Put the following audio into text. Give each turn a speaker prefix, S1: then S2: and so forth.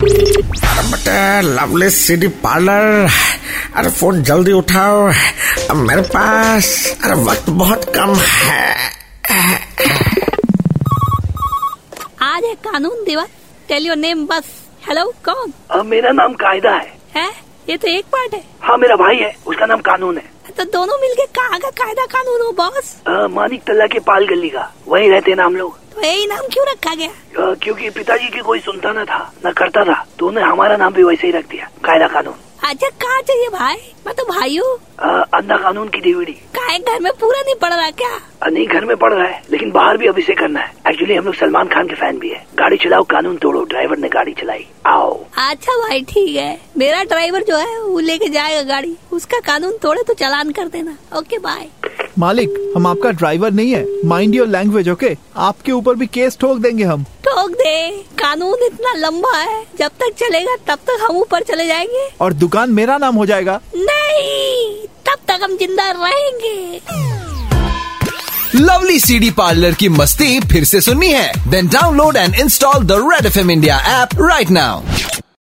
S1: अरे बटे lovely city parlour अरे फोन जल्दी उठाओ अब मेरे पास अरे वक्त बहुत कम है
S2: आज है कानून दिवस टेल योर नेम बस हेलो कौन
S3: हाँ मेरा नाम कायदा है
S2: है ये तो एक पार्ट है
S3: हाँ मेरा भाई है उसका नाम कानून है
S2: तो दोनों मिलके कहाँ का कायदा कानून हो बॉस
S3: अ, मानिक तल्ला के पाल गली का वहीं रहते हैं ना हम लोग
S2: तो यही नाम क्यों रखा गया
S3: अ, क्योंकि पिताजी की कोई सुनता न था न करता था तो उन्हें हमारा नाम भी वैसे ही रख दिया कायदा कानून
S2: अच्छा कहाँ चाहिए भाई मैं तो भाई हूँ
S3: अ, अंधा कानून की डीवीडी
S2: काहे घर में पूरा नहीं पड़ रहा क्या
S3: नहीं घर में पड़ रहा है लेकिन बाहर भी अभी से करना है एक्चुअली हम लोग सलमान खान के फैन भी है गाड़ी चलाओ कानून तोड़ो ड्राइवर ने गाड़ी चलाई आओ
S2: अच्छा भाई ठीक है मेरा ड्राइवर जो है वो लेके जाएगा गाड़ी उसका कानून तोड़े तो चालान कर देना ओके बाय
S4: मालिक हम आपका ड्राइवर नहीं है माइंड योर लैंग्वेज ओके आपके ऊपर भी केस ठोक देंगे हम
S2: ठोक दे कानून इतना लंबा है जब तक चलेगा तब तक हम ऊपर चले जाएंगे
S4: और दुकान मेरा नाम हो जाएगा
S2: नहीं तब तक हम जिंदा रहेंगे
S5: लवली सीडी पार्लर की मस्ती फिर से सुननी है then download and install the Red F India app right now